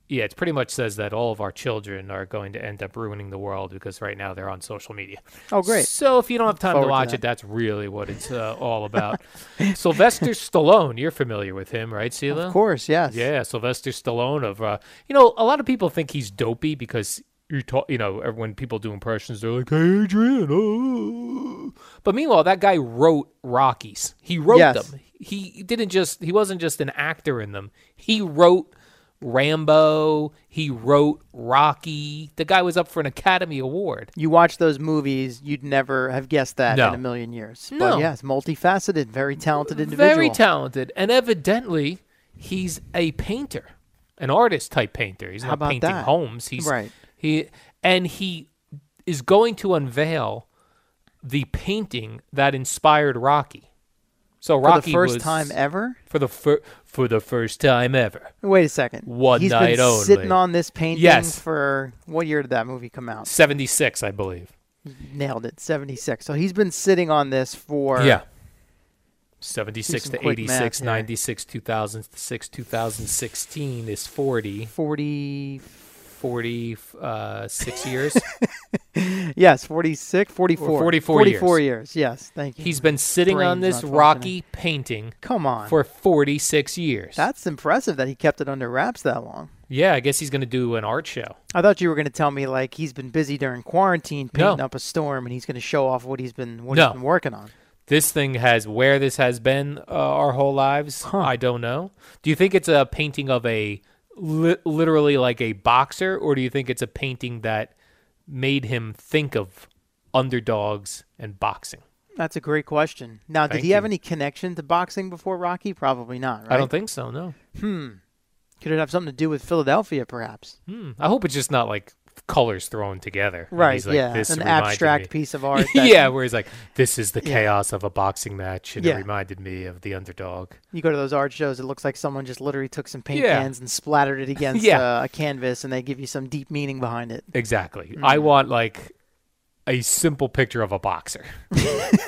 yeah, it pretty much says that all of our children are going to end up ruining the world because right now they're on social media.
Oh, great.
So if you don't have time
Forward
to
to
watch
that.
it, that's really what it's uh, all about. Sylvester Stallone, you're familiar with him, right, Sila?
Of course, yes.
Yeah, Sylvester Stallone of uh, you know, a lot of people think he's dopey because you talk, you know, er, when people do impressions, they're like, "Hey, Adrian," oh." but meanwhile, that guy wrote Rockies. He wrote
Yes.
them. He didn't just he wasn't just an actor in them. He wrote Rambo. He wrote Rocky. The guy was up for an Academy Award.
You watch those movies, you'd never have guessed that
No.
in a million years.
No.
But yes, multifaceted, very talented individual.
Very talented, and evidently he's a painter, an artist type painter. He's
How
not
about
painting
that?
homes. He's
Right.
He and he is going to unveil the painting that inspired Rocky. So
For
Rocky
the first
was-
time e- ever.
for the fir- for the first time ever.
Wait a second.
One
He's
night
been
only.
sitting on this painting
Yes.
for what year did that movie come out?
Seventy six, I believe.
Nailed it, seventy six. So he's been sitting on this for
Yeah. 76
some
to
quick math
86,
here.
96, 2006, 2016 is 40.
forty
46 uh, years.
yes, 46, 44.
Or 44
44 years.
years.
Yes, thank you.
He's been sitting on
Brain's
this
not functioning.
rocky painting
Come on.
for 46 years.
That's impressive that he kept it under wraps that long.
yeah, I guess he's going to do an art show.
I thought you were going to tell me like he's been busy during quarantine
No.
painting up a storm and he's going to show off what he's been what
No.
he's been working on.
This thing has where this has been uh, our whole lives. I don't know. Do you think it's a painting of a li- literally like a boxer, or do you think it's a painting that made him think of underdogs and boxing?
That's a great question. Now, did
Thank
he have
you.
any connection to boxing before Rocky? Probably not, right?
I don't think so. No.
Could it have something to do with Philadelphia perhaps?
Hmm. I hope it's just not like colors thrown together. and
Right,
he's like,
yeah.
"This
An
reminded
abstract
me."
piece of art that-
yeah, where he's like, "This is the chaos of a boxing match," and
Yeah.
it reminded me of the underdog.
You go to those art shows, it looks like someone just literally took some paint
Yeah.
cans and splattered it against
Yeah.
uh, a canvas and they give you some deep meaning behind it.
Exactly. I
Mm.
want like a simple picture of a boxer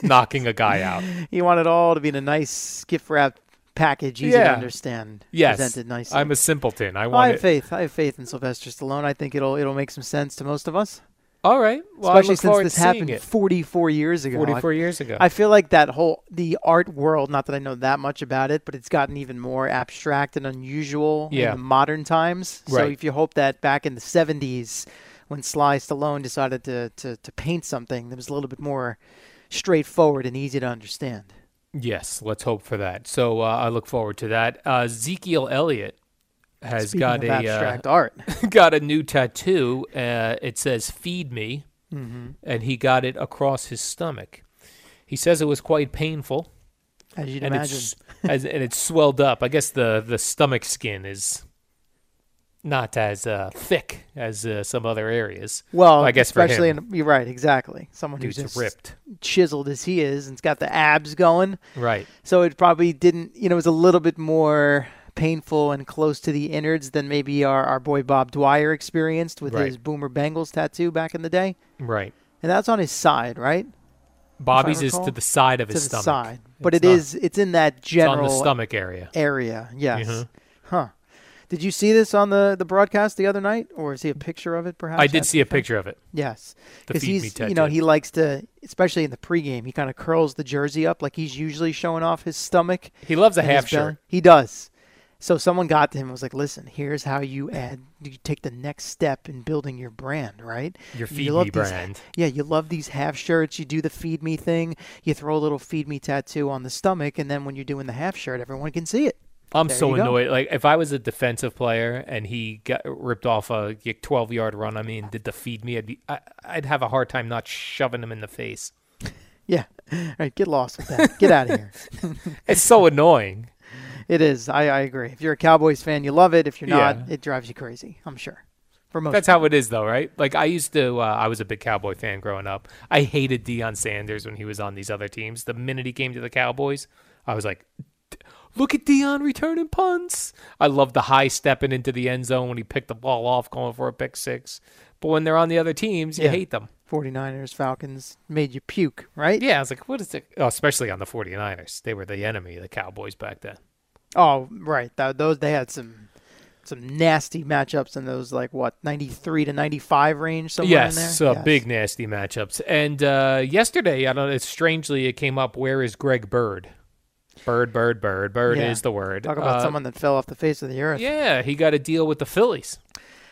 knocking a guy out.
You want it all to be in a nice skiff wrap package, easy to
Yeah.
understand,
Yes,
presented nicely.
I'm a simpleton. I
Well, I
want
have
it.
faith. I have faith in Sylvester Stallone. I think it'll it'll make some sense to most of us,
All right. Well, I
especially
look forward
since this
to seeing
happened
it.
44 years ago. I-
44 years ago.
I feel like that whole the art world. Not that I know that much about it, but it's gotten even more abstract and unusual
Yeah.
in the modern times. So
Right.
if you hope that back in the 70s, when Sly Stallone decided to to, to paint something that was a little bit more straightforward and easy to understand.
Yes, let's hope for that. So uh, I look forward to that. Uh, Ezekiel Elliott has
Speaking
got
of
a uh,
abstract art.
got a new tattoo. Uh, it says "Feed me,"
Mm-hmm.
and he got it across his stomach. He says it was quite painful,
As you'd
and
imagine.
it's as, and it's swelled up. I guess the the stomach skin is not as uh, thick as uh, some other areas.
Well,
I guess
especially
for him,
in, you're right, exactly. Someone who's
dude's
just
ripped,
chiseled as he is and's got the abs going,
right?
so it probably didn't. You know, it was a little bit more painful and close to the innards than maybe our, our boy Bob Dwyer experienced with
Right.
his Boomer Bengals tattoo back in the day.
Right.
And that's on his side, right?
Bobby's is
recall,
to the side of
To the
his stomach.
side, but
It's
it
not-
is it's in that
it's on
general
the stomach area.
area. Yes.
Mhm.
Huh. Did you see this on the, the broadcast the other night, or see a picture of it? Perhaps
I did
after
see a
the fact?
picture of it.
Yes,
The
because
feed me
he's you know
tattoo.
he likes to, especially in the pregame, he kind of curls the jersey up like he's usually showing off his stomach.
He loves a
and his
half shirt.
belly. He does. So someone got to him and was like, "Listen, here's how you add, you take the next step in building your brand, right?
Your
You
Feed
love
Me
these-
brand."
Yeah, you love these half shirts. You do the feed me thing. You throw a little feed me tattoo on the stomach, and then when you're doing the half shirt, everyone can see it.
I'm
There
so
you go.
annoyed. Like if I was a defensive player and he got ripped off a 12 yard run on me and did the feed me, I'd be I, I'd have a hard time not shoving him in the face.
Yeah, all right, get lost with that. Get out of here.
It's so annoying.
It is. I, I agree. If you're a Cowboys fan, you love it. If you're not,
Yeah.
it drives you crazy. I'm sure. For most,
That's how it is, though, right? Like I used to, uh, I was a big Cowboy fan growing up. I hated Deion Sanders when he was on these other teams. The minute he came to the Cowboys, I was like, "D- "Look at Deion returning punts." I love the high stepping into the end zone when he picked the ball off, going for a pick six. But when they're on the other teams, you
Yeah.
hate them.
49ers Falcons made you puke, right?
Yeah, I was like, "What is it?" Oh, especially on the 49ers, they were the enemy of the Cowboys back then.
Oh, right. Tho- those they had some some nasty matchups in those like what 93 to 95 range somewhere in there.
yes, uh, big nasty matchups. And uh, yesterday, I don't. know, Strangely, it came up. Where is Greg Bird? Bird, bird, bird, bird
Yeah.
is the word.
Talk about
Uh,
someone that fell off the face of the earth.
Yeah, he got a deal with the Phillies.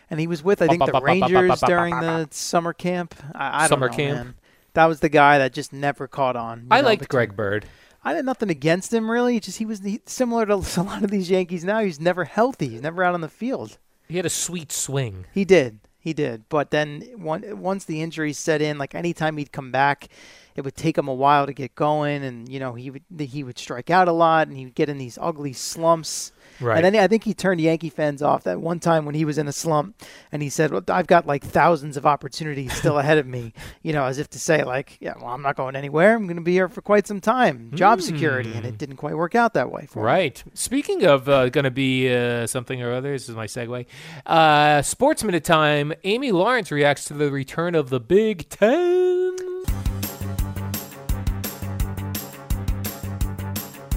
And he was with I think
Ba- ba-
the
ba- ba- ba- ba-
Rangers
ba-
during
ba-
the summer camp. I, I don't
Summer
know,
camp.
man. That was the guy that just never caught on. you
I
know,
liked
between-
Greg Bird.
I had nothing against him really. Just he was the, similar to a lot of these Yankees now. He's never healthy. He's never out on the field.
He had a sweet swing.
He did. He did. But then one, once the injuries set in, like anytime he'd come back, it would take him a while to get going, and you know he would he would strike out a lot, and he would get in these ugly slumps.
Right.
And then I think he turned Yankee fans off that one time when he was in a slump, and he said, "Well, I've got like thousands of opportunities still ahead of me," you know, as if to say, like, "Yeah, well, I'm not going anywhere. I'm going to be here for quite some time. Job security." And it didn't quite work out that way. For him.
Right. Speaking of uh, going to be uh, something or other, this is my segue. Uh, Sports Minute time. Amy Lawrence reacts to the return of the Big Ten.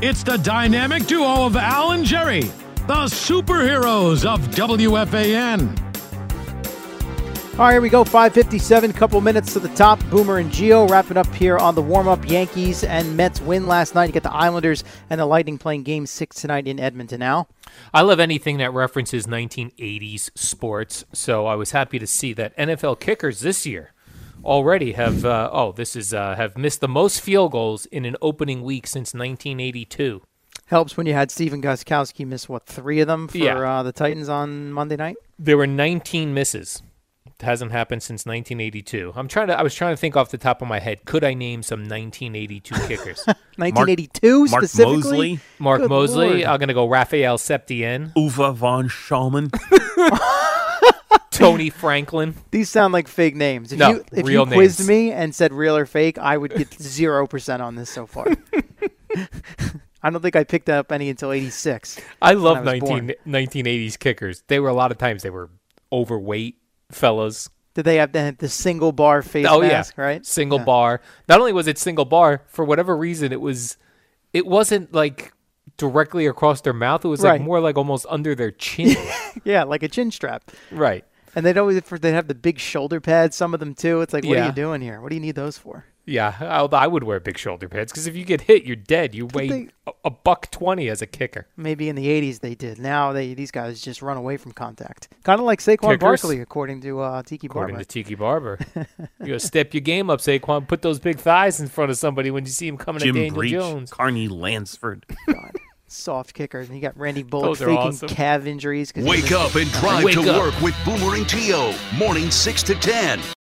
It's the dynamic duo of Al and Jerry, the superheroes of WFAN.
All right, here we go. 557, couple minutes to the top. Boomer and Geo wrapping up here on the warm up. Yankees and Mets win last night. You got the Islanders and the Lightning playing game six tonight in Edmonton. Now,
I love anything that references 1980s sports, so I was happy to see that NFL kickers this year already have uh, oh this is uh, have missed the most field goals in an opening week since 1982.
helps when you had Steven Goskowski miss, what, three of them for
Yeah.
uh, the Titans on Monday night?
there were 19 misses. It hasn't happened since 1982. I'm trying to. I was trying to think off the top of my head. Could I name some 1982 kickers?
1982
Mark
specifically?
Mosley?
Mark
Good
Mosley.
Lord.
I'm going to go Raphael Septien.
Uva von Schaumann.
Tony Franklin.
These sound like fake names. If
No,
you, if
real
you quizzed
names.
me and said real or fake, I would get 0% on this so far. I don't think I picked up any until 86.
I love
was
19,
born.
1980s kickers. They were a lot of times they were overweight fellas.
Did they have the, the single bar face
oh
mask,
yeah,
right?
Single bar. Not only was it single bar, for whatever reason, it was. It wasn't like directly across their mouth. It was
Right.
like more like almost under their chin.
Yeah, like a chin strap.
right.
And they'd always for- they'd have the big shoulder pads. Some of them too. It's like, what are
Yeah.
you doing here? What do you need those for?
Yeah, although I would wear big shoulder pads because if you get hit, you're dead. You weigh
they-
a, a buck twenty as a kicker.
Maybe in the '80s they did. Now they these guys just run away from contact. Kind of like Saquon
Kickers?
Barkley, according to uh, Tiki
According
Barber.
to Tiki Barber, you gotta step your game up, Saquon. Put those big thighs in front of somebody when you see him coming
Jim
at Daniel
Breach,
Jones.
Carney Lansford.
Soft kickers. And you got Randy Bullock
Those are
faking
awesome.
calf injuries. 'cause he
Wake
was-
up and drive
Wake
to
up.
work with Boomer and Teo. Morning 6 to 10